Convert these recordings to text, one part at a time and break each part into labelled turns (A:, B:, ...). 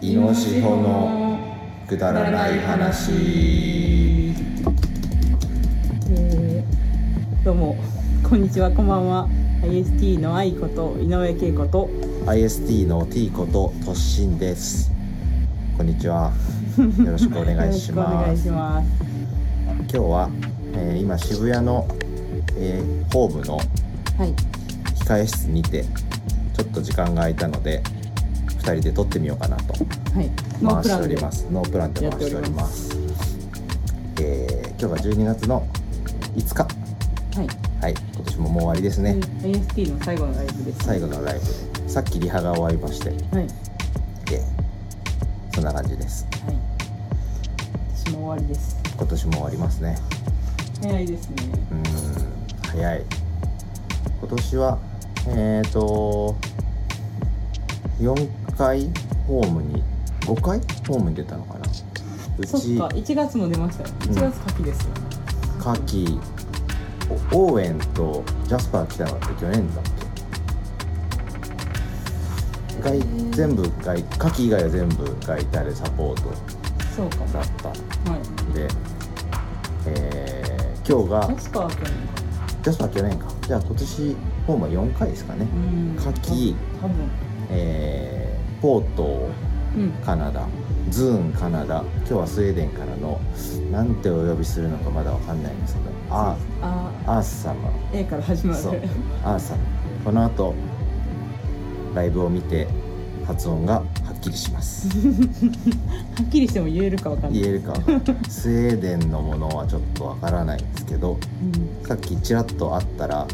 A: イノシホのくだらない話
B: えーどうもこんにちはこんばんは IST の愛子と井上恵子と
A: IST の T こととっしんですこんにちはよろしくお願いし
B: よ
A: ま
B: ろ
A: す
B: しくお願いします
A: 今日は、えー今渋谷の、えーホームの
B: はい
A: 控え室にてちょっと時間が空いたので2人で撮ってみようかなと
B: はいノ
A: 回
B: ープ
A: し
B: ラ
A: てお
B: ン
A: り
B: で
A: ますノープランで回しておりますえー今日が12月の5日
B: はい、
A: はい今年ももう終わりですね、
B: うん IST の最後のライブです
A: 最後のライブさっきリハが終わりまして
B: はいはい
A: でそんな感じです
B: 私も終わりです
A: 今年も終わりますね
B: 早いですね
A: うーん早い今年はえっ、ー、と4回ホームに5回ホームに出たのかなう
B: そっ
A: ち
B: か1月も出ましたよ1月夏季ですよ、
A: 夏季オーエンとジャスパー来たのって去年だっけ外全部外夏季以外は全部外タでサポート
B: そうか
A: だった
B: はい
A: で、えー今日が
B: 確か去年
A: ジャスパー去年かじゃあ今年ホームは4回ですかね、
B: うん
A: 夏季
B: 多分
A: えーポート
B: うん
A: カナダズーンカナダ今日はスウェーデンからのなんてお呼びするのかまだわかんないんですけどア
B: あ
A: ーアース様
B: A から始まる
A: そうアース様この後ライブを見て発音がはっきりします
B: はっきりしても言えるかわかんない
A: 言えるかわかんないスウェーデンのものはちょっとわからないんですけど
B: うん
A: さっきちらっと会ったら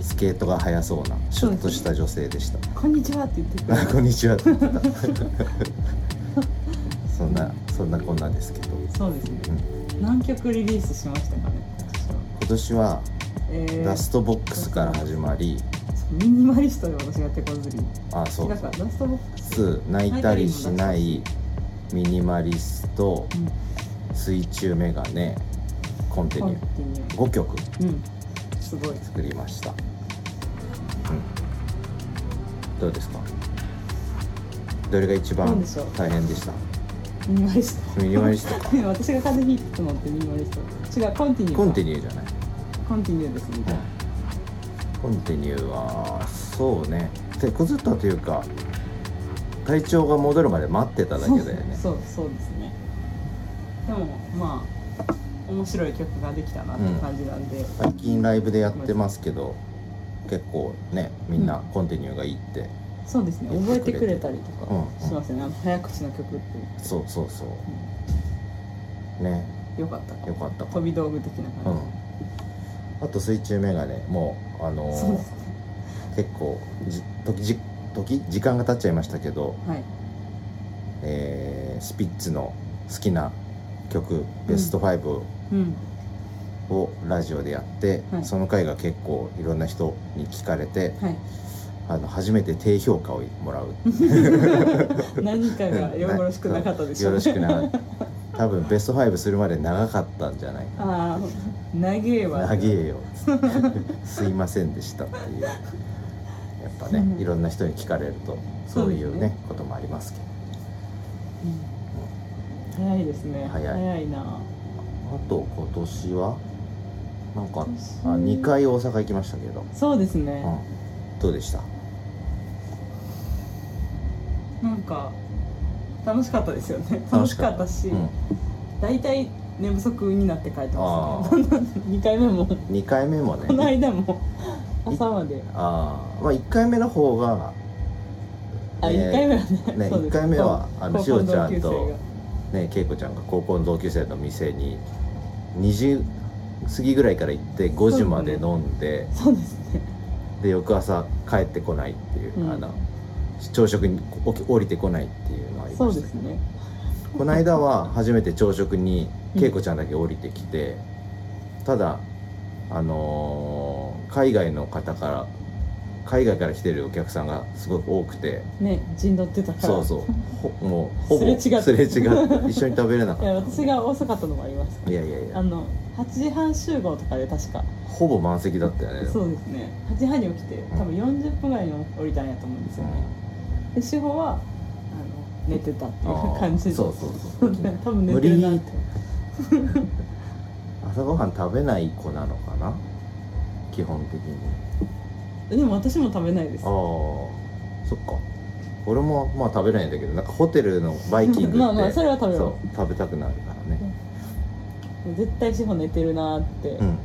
A: スケートが速そうなシュッとした女性でした
B: こんにちはって言ってく
A: あ
B: れ
A: こんにちはって言ってたそんなそんなこんなですけど、うん
B: そうですね何曲リリースしましたかね私は
A: 今年は
B: えー
A: ラストボックスから始まり、
B: ミニマリストよ私が手こずり
A: あそう
B: だからラストボックス、
A: ス泣いたりしないミニマリスト
B: うん、
A: 水中メガネコンテ
B: コ
A: ニ
B: ン
A: ュ
B: ティニュ
A: ー5曲
B: ーうんすごい
A: 作りました、うん、どうですかどれが一
B: なん
A: 番
B: でしょう
A: 大変でした
B: ミニマリスト
A: ミニマリスト
B: ね私が風邪ひいてたのってミニマリスト違うコンティニュー
A: コンティ
B: ニ
A: ニューじゃない、
B: ューコンティニューですみたいな
A: コンティニューはそうね手こずったというか体調が戻るまで待ってただけだよね
B: そうそうそうですねでもまあ面白い曲ができたなって感じなんで、
A: 最近ライブでやってますけど結構ねみんなコンティニューがいいって、
B: そうですね覚えてくれたりとか
A: うん
B: しますよね、あの早口の曲って
A: そうそうそうね
B: よかったか
A: よかった
B: 飛び道具的な
A: う
B: 感
A: んあと水中メガネもうあの
B: じ、
A: ー
B: そうです
A: 結構じ時じ時時間が経っちゃいましたけど、
B: はい
A: えースピッツの好きな曲ベスト5
B: うん
A: をラジオでやって、
B: はい
A: その回が結構いろんな人に聞かれて
B: はい
A: あの初めて低評価をもらう
B: 何かがよろしくなかったでしょ
A: よろしくな かった多分ベスト5するまで長かったんじゃないか
B: ああ長えわ
A: な長えよすいませんでしたっていうやっぱね、
B: うん
A: いろんな人に聞かれるとそういうねこともありますけど
B: うん早いですね
A: 早い
B: な
A: あと今年はなんかあ
B: 今年
A: 2回大阪行きましたけど、
B: そうですね、
A: うん、どうでした
B: なんか楽しかったですよね楽しかったし、
A: うん
B: 大体寝不足になって帰って
A: あ
B: ま
A: あ
B: す、2回目も
A: 2回目も
B: この
A: ね
B: 間も朝まで
A: ああまあ1回目の方が
B: あ、
A: ね
B: 一回目はね
A: ね
B: そうです
A: 一回目はあの
B: 高校
A: しおちゃんと
B: 同級
A: ね恵子ちゃんが高校の同級生の店に2時過ぎぐらいから行って5時まで飲んで
B: 生がそうですね
A: で翌朝帰ってこないっていう、
B: うん
A: あの朝食におき降りてこないっていうのはあり
B: そ
A: ま
B: う
A: し
B: で
A: た
B: す
A: けど、
B: ね
A: この間は初めて朝食に
B: うん
A: 恵子ちゃんだけ降りてきて、ただあのー海外の方から海外から来てるお客さんがすごく多くて
B: ね陣取ってたから
A: そうそうほもうほぼ
B: すれ違った
A: すれ違って一緒に食べれなか
B: いや
A: っ
B: 私が遅かったのもありました
A: たいやいやいや
B: あの8時半集合とかで確か
A: ほぼ満席だったよね
B: そうですね8時半に起きて多分40分ぐらいに降りたんやと思うんですよねで志保はあの寝てたってい
A: あ
B: う
A: ー
B: 感じ
A: そうそうそう
B: 多分寝てるなって
A: 無朝ごはん食べない子なのかな基本的に
B: でも私も食べないです
A: ああそっか俺もまあ食べないんだけどなんかホテルのバイキングって
B: まあまあそれは食べる
A: そう食べたくなるからね
B: 絶対志保寝てるなーって、
A: うん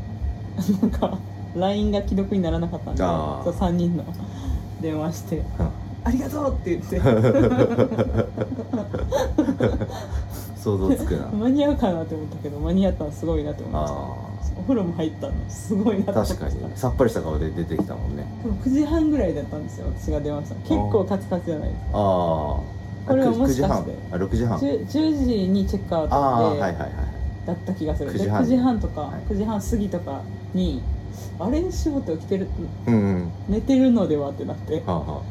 B: なんか LINE が既読にならなかったんで
A: あー
B: そう3人の電話して「ありがとう!」って言って
A: 想像つく な
B: 間に合うかなって思ったけど間に合ったのすごいなって思いました
A: あ
B: お風呂も入ったのすごいなって
A: あ
B: 思いまし
A: 確
B: た
A: かにさっぱりした顔で出てきたもんね
B: でも9時半ぐらいだったんですよ私が電話したの結構カツカツじゃないです
A: ああ
B: これはも
A: 9
B: し
A: 時
B: か
A: 半
B: して
A: あ6時半
B: か 10, 10時にチェックアウ
A: ああ
B: ト
A: はい
B: で
A: はいはい
B: だった気がする
A: 9
B: で
A: 時半
B: 9時半とか
A: はい
B: 9時半過ぎとかにあれ仕事起きてる
A: うんうん
B: 寝てるのではってなって
A: はあは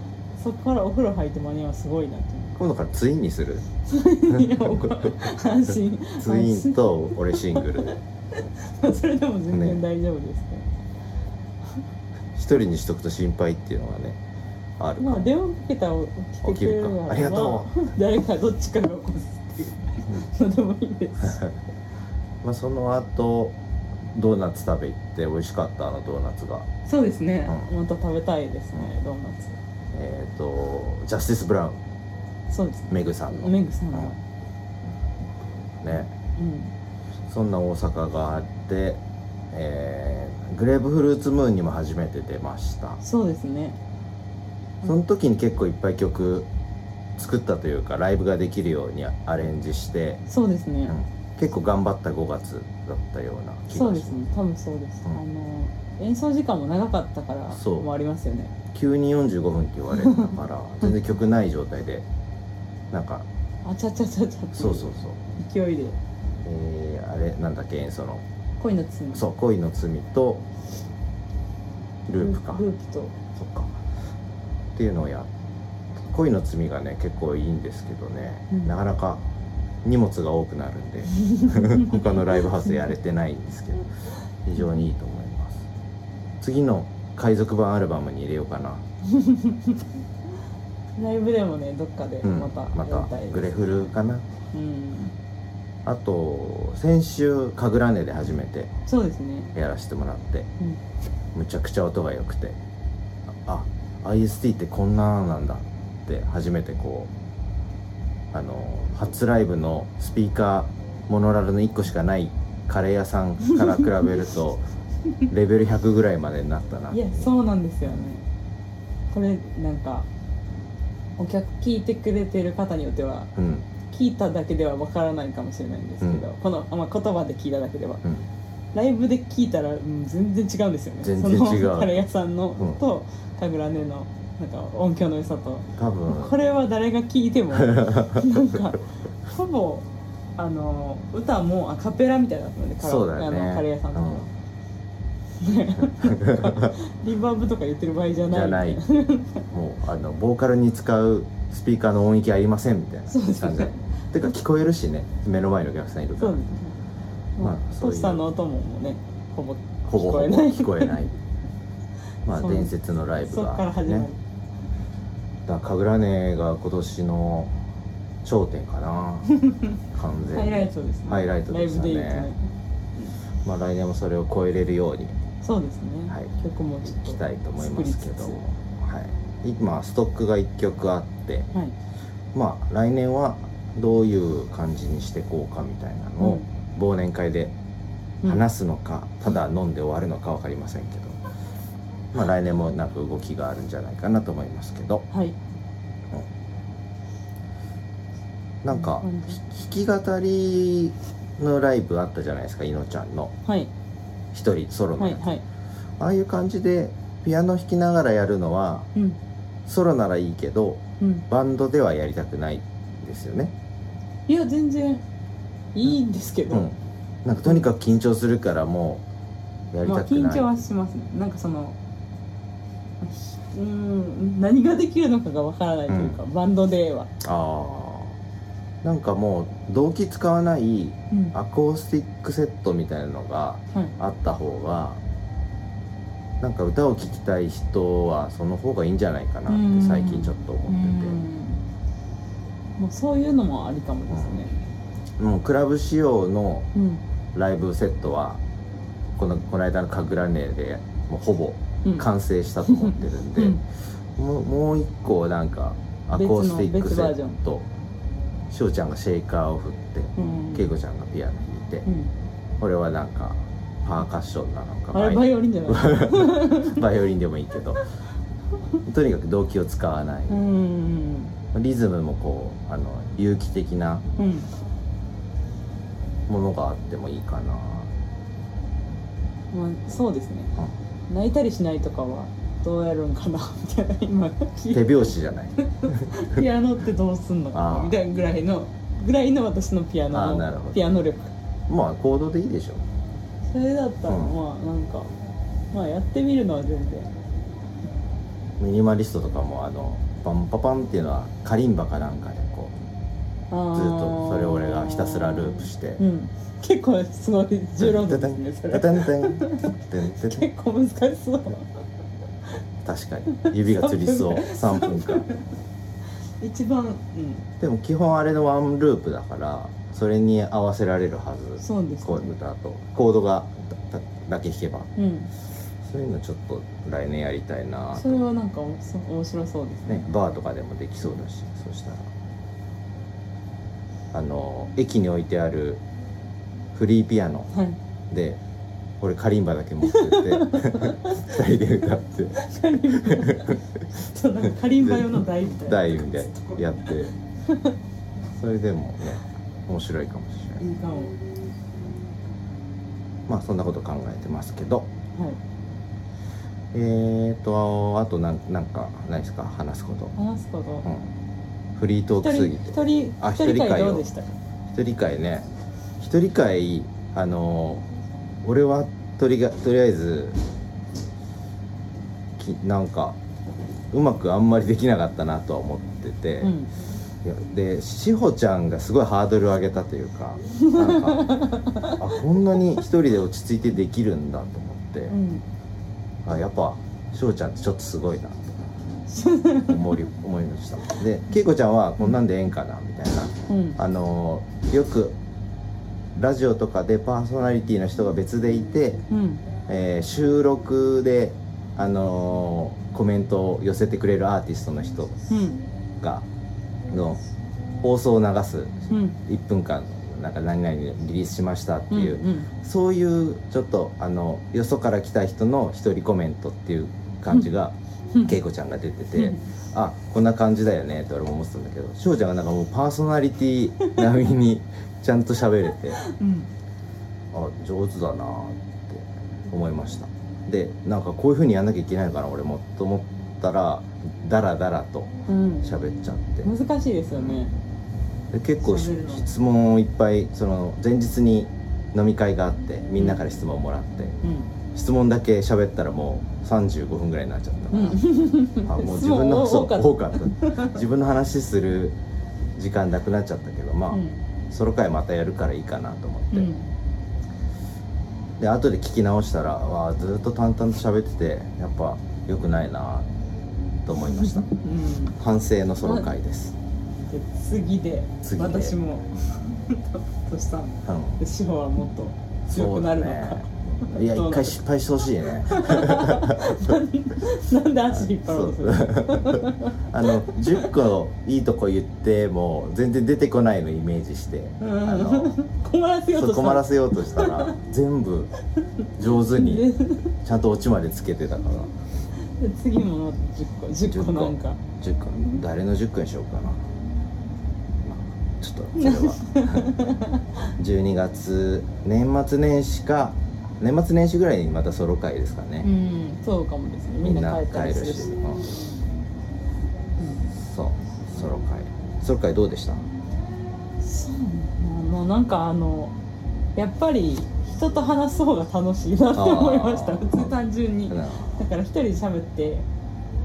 B: そこからお風呂入って間に合うのすごいな って
A: あ今度からツインに する
B: 思っていやおか安心
A: ツインと俺シングルで
B: 安心それでも全然大丈夫ですね
A: 一人にしとくと心配っていうのがねある
B: まあ電話かけたら起きてくれる
A: 起きるかありがと
B: う誰かどっちかが起こすっていう のでもいいですし
A: まあその後ドーナツ食べ行って美味しかったあのドーナツが
B: そうですね、
A: う
B: また食べたいですねドーナツ
A: えっ、とジャスティス・ブラウン
B: そうですね
A: メグさんの
B: メグさんの、
A: うんね
B: うん
A: そんな大阪があって、えーグレープフルーツムーンにも初めて出ました
B: そうですね
A: その時に結構いっぱい曲作ったというかライブができるようにアレンジして、
B: そうですね、
A: うん結構頑張った5月だったような気
B: そう
A: が
B: で
A: し
B: す
A: ま
B: ね多分そうです、
A: うん
B: あの演奏時間も長かったから
A: そう
B: もありますよね
A: 急に45分って言われたから 全然曲ない状態でなんか
B: あちゃちゃちゃちゃってい
A: そうそうそう
B: 勢いで
A: えーあれなんだっけ演奏の
B: 恋の罪
A: そう恋の罪とループか
B: ループと
A: そっかっていうのをやっ恋の罪がね結構いいんですけどね、
B: うん
A: なかなか荷物が多くなるんで 他のライブハウスやれてないんですけど非常にいいと思います次の海賊版アルバムに入れようかな、
B: ライブでもねどっかで
A: うん、
B: また
A: ま
B: やり
A: た
B: たいです
A: グレフルかな
B: うん
A: あと先週神楽根で初めて
B: そうですね
A: やらせてもらって
B: うん
A: むちゃくちゃ音が良くてああ IST ってこんななんだって初めてこうあの初ライブのスピーカーモノラルの1個しかないカレー屋さんから比べると レベル100ぐらいまでになったない
B: やそうなんですよねこれなんかお客聞いてくれてる方によっては
A: うん
B: 聞いただけではわからないかもしれないんですけど、
A: う
B: この、まあ、言葉で聞いただけでは
A: うん
B: ライブで聞いたら、うん、全然違うんですよね
A: 全然違う
B: そのカレー屋さんの、
A: うん
B: と神楽根のなんか音響の良さと、
A: 多分
B: これは誰が聞い てもなんかほぼあの歌もアカペラみたいだったのでカラ
A: そうだよね
B: あのカレー屋さんの、リバーブとか言ってる場合じ
A: う
B: ゃ
A: んじ
B: ない
A: ゃないもうあのボーカルに使うスピーカーの音域ありませんみたいな
B: そう
A: 感
B: です
A: じ
B: ね
A: だっていうか聞こえるしね目の前のお客さんいるか
B: そう
A: ら
B: ですね、
A: まあ
B: まあ、
A: そういう
B: トシさんの音もねほぼ
A: ほぼほぼ
B: 聞こえない
A: 聞こえ ないまあ
B: そう
A: 伝説のライブ
B: そ
A: が
B: っから始まる、
A: ねだから神楽根が今年の頂点か な完
B: ハイラ
A: 全
B: イ
A: に
B: トですね
A: ハイライトでしたね
B: ライブで言うとね
A: まあ来年もそれを超えれるように
B: そうですね、
A: はい
B: 曲もちょっ
A: い
B: と
A: きたいと思いますけど
B: 作り
A: はい、今ストックが1曲あって
B: つつはい
A: まあ来年はどういう感じにしてこうかみたいなのを忘年会で話すのか、ただ飲んで終わるのか分かりませんけど、まあ、来年もなんか動きがあるんじゃないかなと思いますけど
B: はい
A: なんか
B: うん
A: ひ弾き語りのライブあったじゃないですかいのちゃんの
B: はい
A: 一人ソロの
B: はい
A: やつ、
B: はい
A: ああいう感じでピアノ弾きながらやるのは
B: うん
A: ソロならいいけど
B: うん
A: バンドではやりたくないですよね、
B: いや全然いいんですけど、
A: うん、なんかとにかく緊張するからもうやり
B: ま
A: た
B: あ
A: くない、
B: 緊張はしますねなんかそのひうん何ができるのかがわからないというか、バンドでは、
A: ああなんかもう動機使わない
B: うん
A: アコースティックセットみたいなのが
B: はい、
A: あった方がなんか歌を聴きたい人はその方がいいんじゃないかな
B: う
A: っ
B: ん
A: て最近ちょっと
B: う
A: 思ってて
B: んまあ、そういうのもありかもですね、
A: もうクラブ仕様の
B: うん
A: ライブセットはこのこの間の神楽根でもうほぼ
B: うん、
A: 完成したと思ってるんで、
B: うん
A: もうもう一個なんかアコースティック
B: 別
A: セ
B: の別バージョン
A: ットしょうちゃんがシェイカーを振って
B: うん
A: けいこちゃんがピアノ弾いて、
B: うん、
A: 俺はなんかパーカッションなのか
B: あれバイオリンじゃな い
A: バイオリンでもいいけどとにかく動機を使わない、
B: うんうん
A: リズムもこうあの有機的な
B: うんうん
A: ものがあってもいいかな、
B: まあ、そうですね泣いたりしないとかはどうやるんかなみたいな今 聞い
A: 手
B: て
A: 拍子じゃない
B: ピアノってどうすんのか
A: あ
B: な
A: ー
B: みたいなぐらいのぐらいの私のピア
A: あー
B: ノ
A: なるほど
B: のピアノ力
A: まあ行動でいいでしょ
B: それだったらまあなんか、まあやってみるのは全然
A: ミニマリストとかもあのパンパパンっていうのはカリンバかなんかでこ
B: ずっ
A: うずっとそれを俺がひたすらループして、
B: うん結構すごい重労働ですね
A: ダ
B: そ
A: ダ
B: れ
A: ンダンダンダンダン
B: 結構難しそう
A: 確かに指がつりそう3分間
B: 一番うん
A: でも基本あれのワンループだからそれに合わせられるはず
B: そうです
A: こう歌とコードがだだだけ弾けば
B: うん
A: そういうのちょっと来年やりたいな
B: それはなんかおもそ面白そうですね
A: ねバーとかでもできそうだしそしたらあの駅に置いてあるフリーピアノ
B: はい
A: で俺カリンバだけ持ってって二人で歌って
B: カリンバちょっとなんかカリンバ用の台みたいな
A: 台みたいなやってそれでもね面白いかもしれない
B: いいかも
A: まあそんなこと考えてますけど
B: はい
A: えーとあとなんなんかないですか話すこと、
B: 話すこ
A: う
B: と
A: ん、フリートーク
B: 一
A: す
B: 人
A: ぎて
B: 一人
A: あ
B: 一
A: 一人
B: 人
A: 会
B: 会
A: を
B: どうでしたか
A: 一人会ね一人会あのー俺はとりがとりあえずきなんかうまくあんまりできなかったなとは思ってて、
B: うん
A: いやで志保ちゃんがすごいハードルを上げたというかなんかあこんなに一人で落ち着いてできるんだと思って、
B: うん
A: あやっぱ翔ちゃんってちょっとすごいなと思い思いましたで恵子ちゃんはこんなんでええんかなみたいな
B: うん
A: あのよくラジオとかでパーソナリティの人が別でいて、
B: うん
A: えー収録で、あのコメントを寄せてくれるアーティストの人
B: うん
A: がの放送を流す
B: うん
A: 1分間なんか何々リリースしましたって
B: うん
A: いう、そういうちょっとあのよそから来た人の一人コメントっていう感じが
B: うん
A: 恵子ちゃんが出てて、
B: うん
A: あこんな感じだよねって俺も思ってたんだけど翔ちゃんがなんかもうパーソナリティ並みにちゃんと喋れてあ
B: うん
A: 上手だなって思いましたでなんかこういう風にやんなきゃいけないのかな俺もと思ったらダラダラと
B: うん
A: 喋っちゃって。
B: 難しいですよね
A: で結構し
B: 喋るの
A: 質問をいっぱいその前日に飲み会があってみんなから質問をもらって、
B: うん
A: 質問だけ喋ったらもう35分ぐらいになっちゃったか
B: う
A: ら、
B: ん
A: あもう自分の
B: 質
A: そう
B: 問多
A: 多
B: か
A: か
B: っ
A: った自分の話する時間なくなっちゃったけどまあ、
B: たうん
A: ソロ会またやるからいいかなと思って、
B: うん
A: で後で聞き直したらわあずっと淡々と喋っててやっぱ良くないなと思いました
B: うんで
A: 反省のソロ会です、
B: 次で
A: 次で
B: 私もとしたん
A: うん
B: で志保はもっと強くなるのか、
A: そうだねいや一
B: どうなる
A: 回失敗してほしいね
B: なんで足引っ張ろうとする
A: そう あの10個いいとこ言っても全然出てこないのイメージしてあ
B: うん
A: の
B: 困らせよう
A: そう
B: とした
A: 困らせようとした ら全部上手にちゃんとオチまでつけてたから
B: で 次も10個10個なんか
A: 10個誰の10個にしようかな、まあ、ちょっとそれは 12月年末年始か年末年始ぐらいにまたソロ会ですかね、
B: うんそうかもですねみんな帰ったりするし
A: うんそうソロ会ソロ会どうでした
B: うんそうもうなんかあのやっぱり人と話す方が楽しいなって思いました
A: あー
B: 普通単純に
A: な
B: だから一人で喋って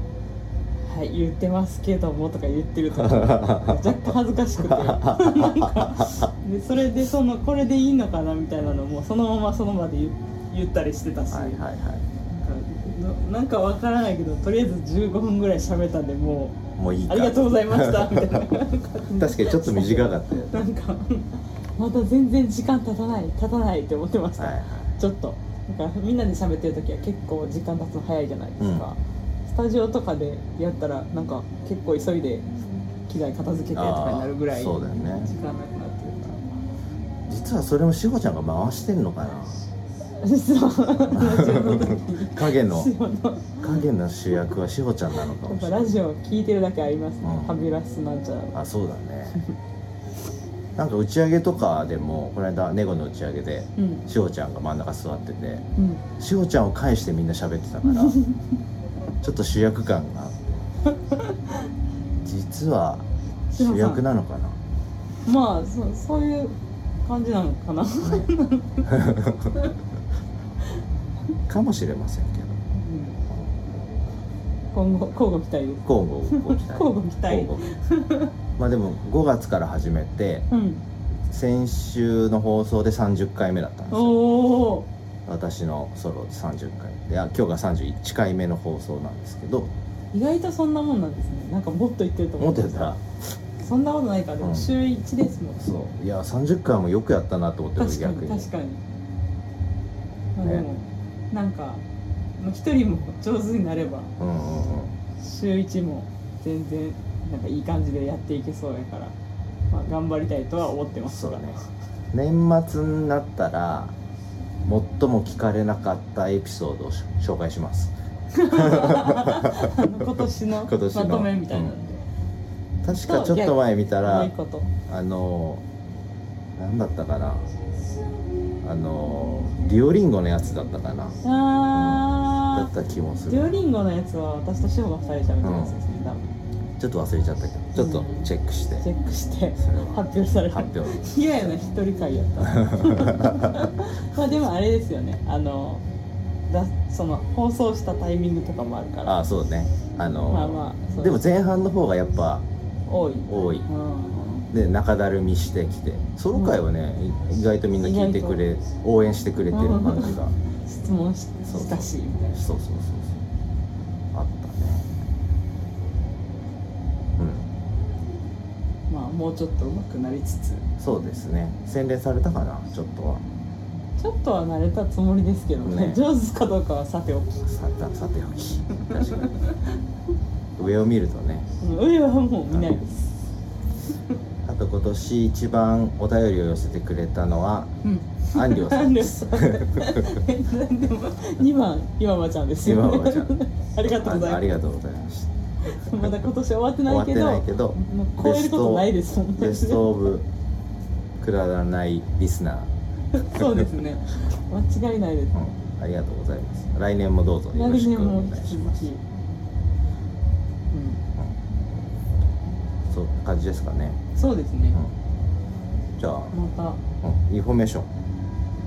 B: 「はい言ってますけども」とか言ってる と若干恥ずかしくてなんかでそれでそのこれでいいのかなみたいなのもそのままその場で言言ったりしてたし、
A: はいはいはい
B: なんかななんかわからないけどとりあえず15分ぐらい喋ったんでもう
A: もういいか
B: ありがとうございま したみたいな
A: 確かにちょっと短かったよ
B: なんかまだ全然時間経たない経たないって思ってました、
A: はいはい
B: ちょっとなんかみんなで喋ってる時は結構時間経つの早いじゃないですか、スタジオとかでやったらなんか結構急いで機材片付けてとかになるぐらい
A: あー
B: 時
A: そう
B: 間
A: だよね
B: なくなってるから。
A: 実はそれも志保ちゃんが回してんのか な
B: そう ラジオの時に
A: 影 の
B: ラジオの
A: 影の主役は志保ちゃんなのか
B: や
A: も
B: っ
A: し
B: ぱ
A: れな
B: ラ
A: い
B: ジオ聞いてるだけありますね、
A: うん
B: ファビュラスなんちゃら
A: あそうだね なんか打ち上げとかでもこの間ネゴの打ち上げで
B: うん
A: 志保ちゃんが真ん中座ってて
B: うん
A: 志保ちゃんを介してみんな喋ってた からちょっと主役感があって実は
B: 志保
A: 主
B: さん
A: 役なのかな
B: まあそそういう感じなのかなうん
A: かもしれませんけど
B: 今後交互期待です
A: 交互ご期待
B: 交互期待
A: 交互期待まあでも5月から始めて
B: うん
A: 先週の放送で30回目だったんです
B: お
A: よ
B: お
A: 私のソロ30回いや今日が31回目の放送なんですけど
B: 意外とそんなもんなんですねなんかもっと言ってると思
A: 思
B: っ
A: ってて
B: た
A: た
B: そんなことないからで
A: う
B: も
A: ん
B: 週1ですもん、
A: そういや30回もよくやったなと思ってる
B: 確か
A: 逆
B: に
A: に
B: 確かに、まあ、
A: ね
B: でも、なんかまあ一人も上手になれば
A: うんうんうん
B: 週一も全然なんかいい感じでやっていけそうやから、まあ、頑張りたいとは思ってます
A: そう
B: が
A: ね年末になったら最も聞かれなかったエピソードをし紹介します
B: あの今年の
A: 今年の
B: まとめみたいなんで、
A: 確かちょっと前見た
B: もう
A: ら
B: 一個と
A: あの何だったかなあのデュオリンゴのやつだったかなだ
B: あ
A: った気もす
B: ーデ
A: る
B: ュオリンゴのやつは私と志保が2人で喋ってますですね、多分
A: ちょっと忘れちゃったけどちょっとチェックして
B: チェックして
A: それ
B: 発
A: は
B: 表された
A: 発表
B: 嫌やな一人会 やったまあでもあれですよねあのだその放送したタイミングとかもあるから
A: ああそうねあの、
B: まあまあそう
A: でも前半の方がやっぱ
B: 多い、
A: 多い
B: うん、
A: で中だるみしてきてソロ会はね、い意外とみんな聞いてくれ応援してくれてる感じが
B: 質問し
A: そう
B: したしみたいな
A: そうそうそうそうあったねうん
B: まあもうちょっと上手くなりつつ
A: そうですね洗練されたかなちょっとは
B: ちょっとは慣れたつもりですけどね
A: ね
B: 上手かどうかはさておき
A: さてさておき確かに上を見るとね
B: 上はもう見ないです
A: あと今年一番お便りを寄せてくれたの は
B: うん
A: アンリョさんです
B: でも2番岩間ちゃんですよ、
A: 岩間ちゃん
B: ありがとうござい
A: あ
B: ま
A: ありがとうございました
B: す まだ今年終わって
A: 終
B: な
A: わっ
B: い
A: て
B: けど
A: ないけど
B: もう超えることないですもん
A: ベストオブくだらないリスナー、
B: そうですね間違いないです
A: うん、ありがとうございます来年もどうぞよろ
B: 来
A: し
B: 年
A: くお
B: も引
A: 願い
B: き
A: しま
B: 続
A: す
B: きうん
A: そういう感じですかね、
B: そうですね
A: うん、じゃあ、
B: また
A: うん、インフォメーション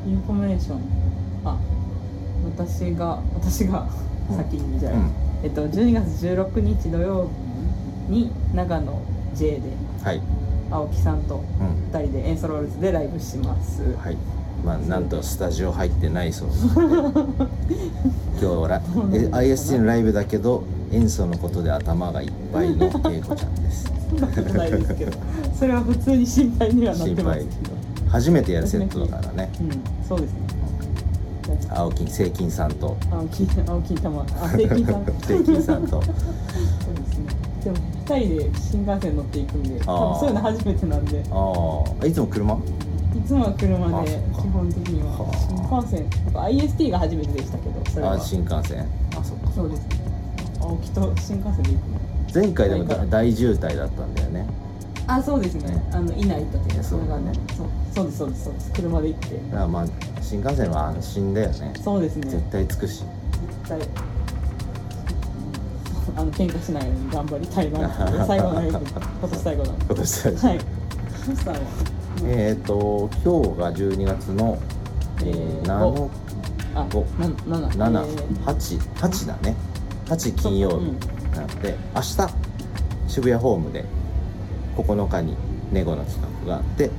B: インフォメーションあ私が私が
A: うん
B: 先にじゃあ、
A: うん
B: えっと、12月16日土曜日に長野 J で
A: はい、
B: 青木さんと
A: う
B: 2人でエンソロールズでライブし ます
A: ん、はいまあなんとスタジオ入ってないそうです 今日はラ
B: うなんです
A: え
B: か
A: IST のライブだけど演奏のことで頭がいっぱいの恵子ちゃんです
B: そんなことないですけどそれは普通に心配にはなっ
A: 心
B: てま
A: 配
B: すけど
A: 初めてやるセットだからね
B: うんそうですね
A: 青木青金さんと
B: 青木青木 玉あ青木さん
A: 青金さんと
B: そうですねでも2人で新幹線乗っていくんで多分そういうの初めてなんで
A: ああいつも車
B: いつもは車
A: あ
B: で
A: そっか
B: 基本的には
A: は
B: 新幹線とか IST が初めてでしたけどそれは
A: あ新幹線あそっか
B: そうですね青木と新幹線で行くの
A: 前回でもだ
B: 前回
A: 大渋滞だったんだよね
B: あそうですねあのいないとき
A: ね
B: それがね
A: そう
B: そうそうですそうですそうです車で行って
A: だからまあ新幹線は安心だよね
B: そうですね
A: 絶対着く し
B: 絶対あの喧嘩しないように頑張りたい なって最後のライブ今年最後の
A: 今年だし
B: はい星さんは
A: えっ、ー、と今日が12月の、えー、
B: えー
A: 7
B: おあ
A: お7
B: 7えー
A: 8 8だね8金曜
B: う
A: 日
B: ん
A: なので明日渋谷ホームで9日にネゴの企画があって、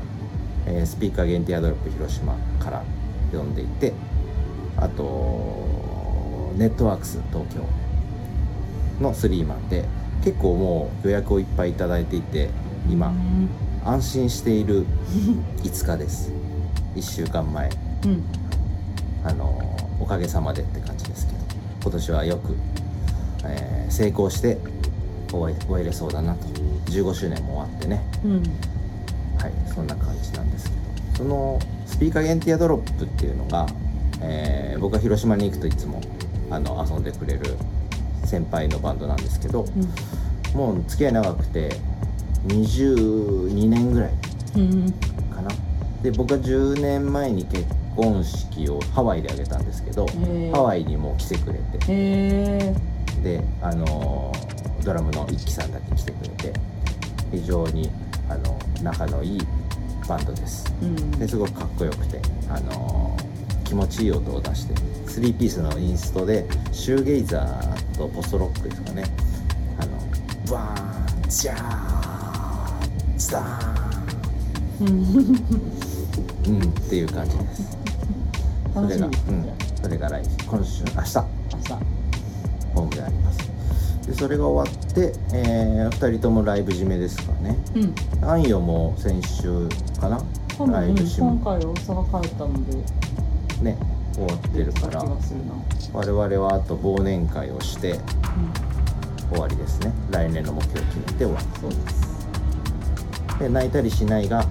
A: えースピーカー限定アドロップ広島から呼んでいてあとネットワークス東京のスリーマンで結構もう予約をいっぱいいただいていて
B: う
A: 今
B: ん
A: 安心している5日です1週間前
B: うん
A: あのおかげさまでって感じですけど今年はよく、えー成功して終え終えれそうだなと15周年も終わってね
B: うん
A: はいそんな感じなんですけどそのスピーカーゲンティアドロップっていうのが、えー僕が広島に行くといつもあの遊んでくれる先輩のバンドなんですけどもう付き合い長くて22年ぐらい
B: うん
A: かなで僕は10年前に結婚式をハワイで挙げたんですけど
B: へー
A: ハワイにもう来てくれて
B: へえ
A: であのードラムの一輝さんだけ来てくれて非常にあの仲のいいバンドです
B: うん
A: ですごくかっこよくてあのー気持ちいい音を出して3ピースのインストでシューゲイザーとポストロックですかねあのバーンジャーズダー
B: うん
A: ンうんっていう感じですそ
B: 楽
A: れ
B: し
A: が、う
B: み
A: ん
B: ですね、
A: それが来週今週明日
B: 明日
A: ホームでありますでそれが終わって、え2人ともライブ締めですかね
B: うん
A: あんよも先週かな
B: 多分
A: ライブ締
B: 今回大阪帰ったので
A: めね終わってるから
B: 気がするな、
A: 我々はあと忘年会をして
B: うん、
A: 終わりですね来年の目標を決めて終わ
B: そうです
A: りで泣いたりしないが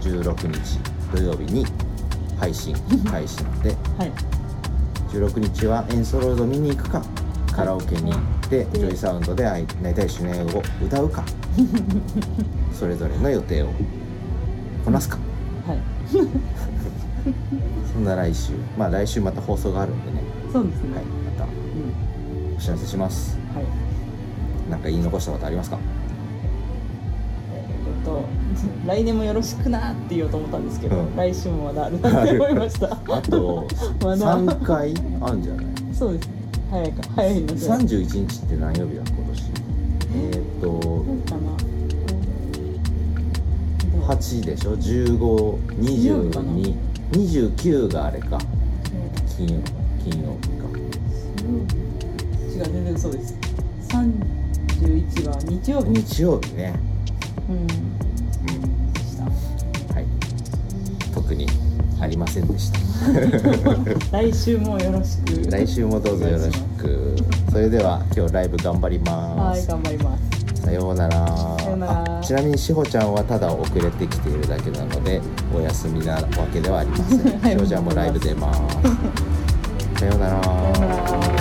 A: 16日土曜日に配信開始なので
B: はい
A: 16日は演奏ロード見に行くかカラオケに行ってジョイサウンドで泣いたりしないを歌う かそれぞれの予定をこなすか
B: はい
A: そんな来週まあ来週また放送があるんでね
B: そうですね、
A: はいまた
B: うん
A: お知らせします
B: はい
A: なんか言い残したことありますか
B: えっと 来年もよろしくなって言おうと思ったんですけど、
A: うん
B: 来週もまだあるなって思いました
A: あと
B: まだ
A: 3回あるんじゃない
B: そうですね早いか早いので
A: 三十一日って何曜日だ今年。えーっと
B: そうかな
A: 八でしょ。十五、二
B: 金
A: 十
B: 曜日かな
A: 二、二十九があれか。金曜金曜日
B: 違う全然そうです31は日曜
A: か。
B: 日で
A: 日曜日ね。
B: した
A: はい。特にありませんでした。
B: 来週もよろしく
A: 来週もどうぞよろしく。それでは今日ライブ頑張りま
B: はい
A: す。
B: 頑張ります
A: さようなら。
B: さようなら
A: あちなみにしほちゃんはただ遅れてきているだけなのでお休みなわけではありません。
B: はい
A: しほちゃんもライブ出ます。さようなら
B: さよなら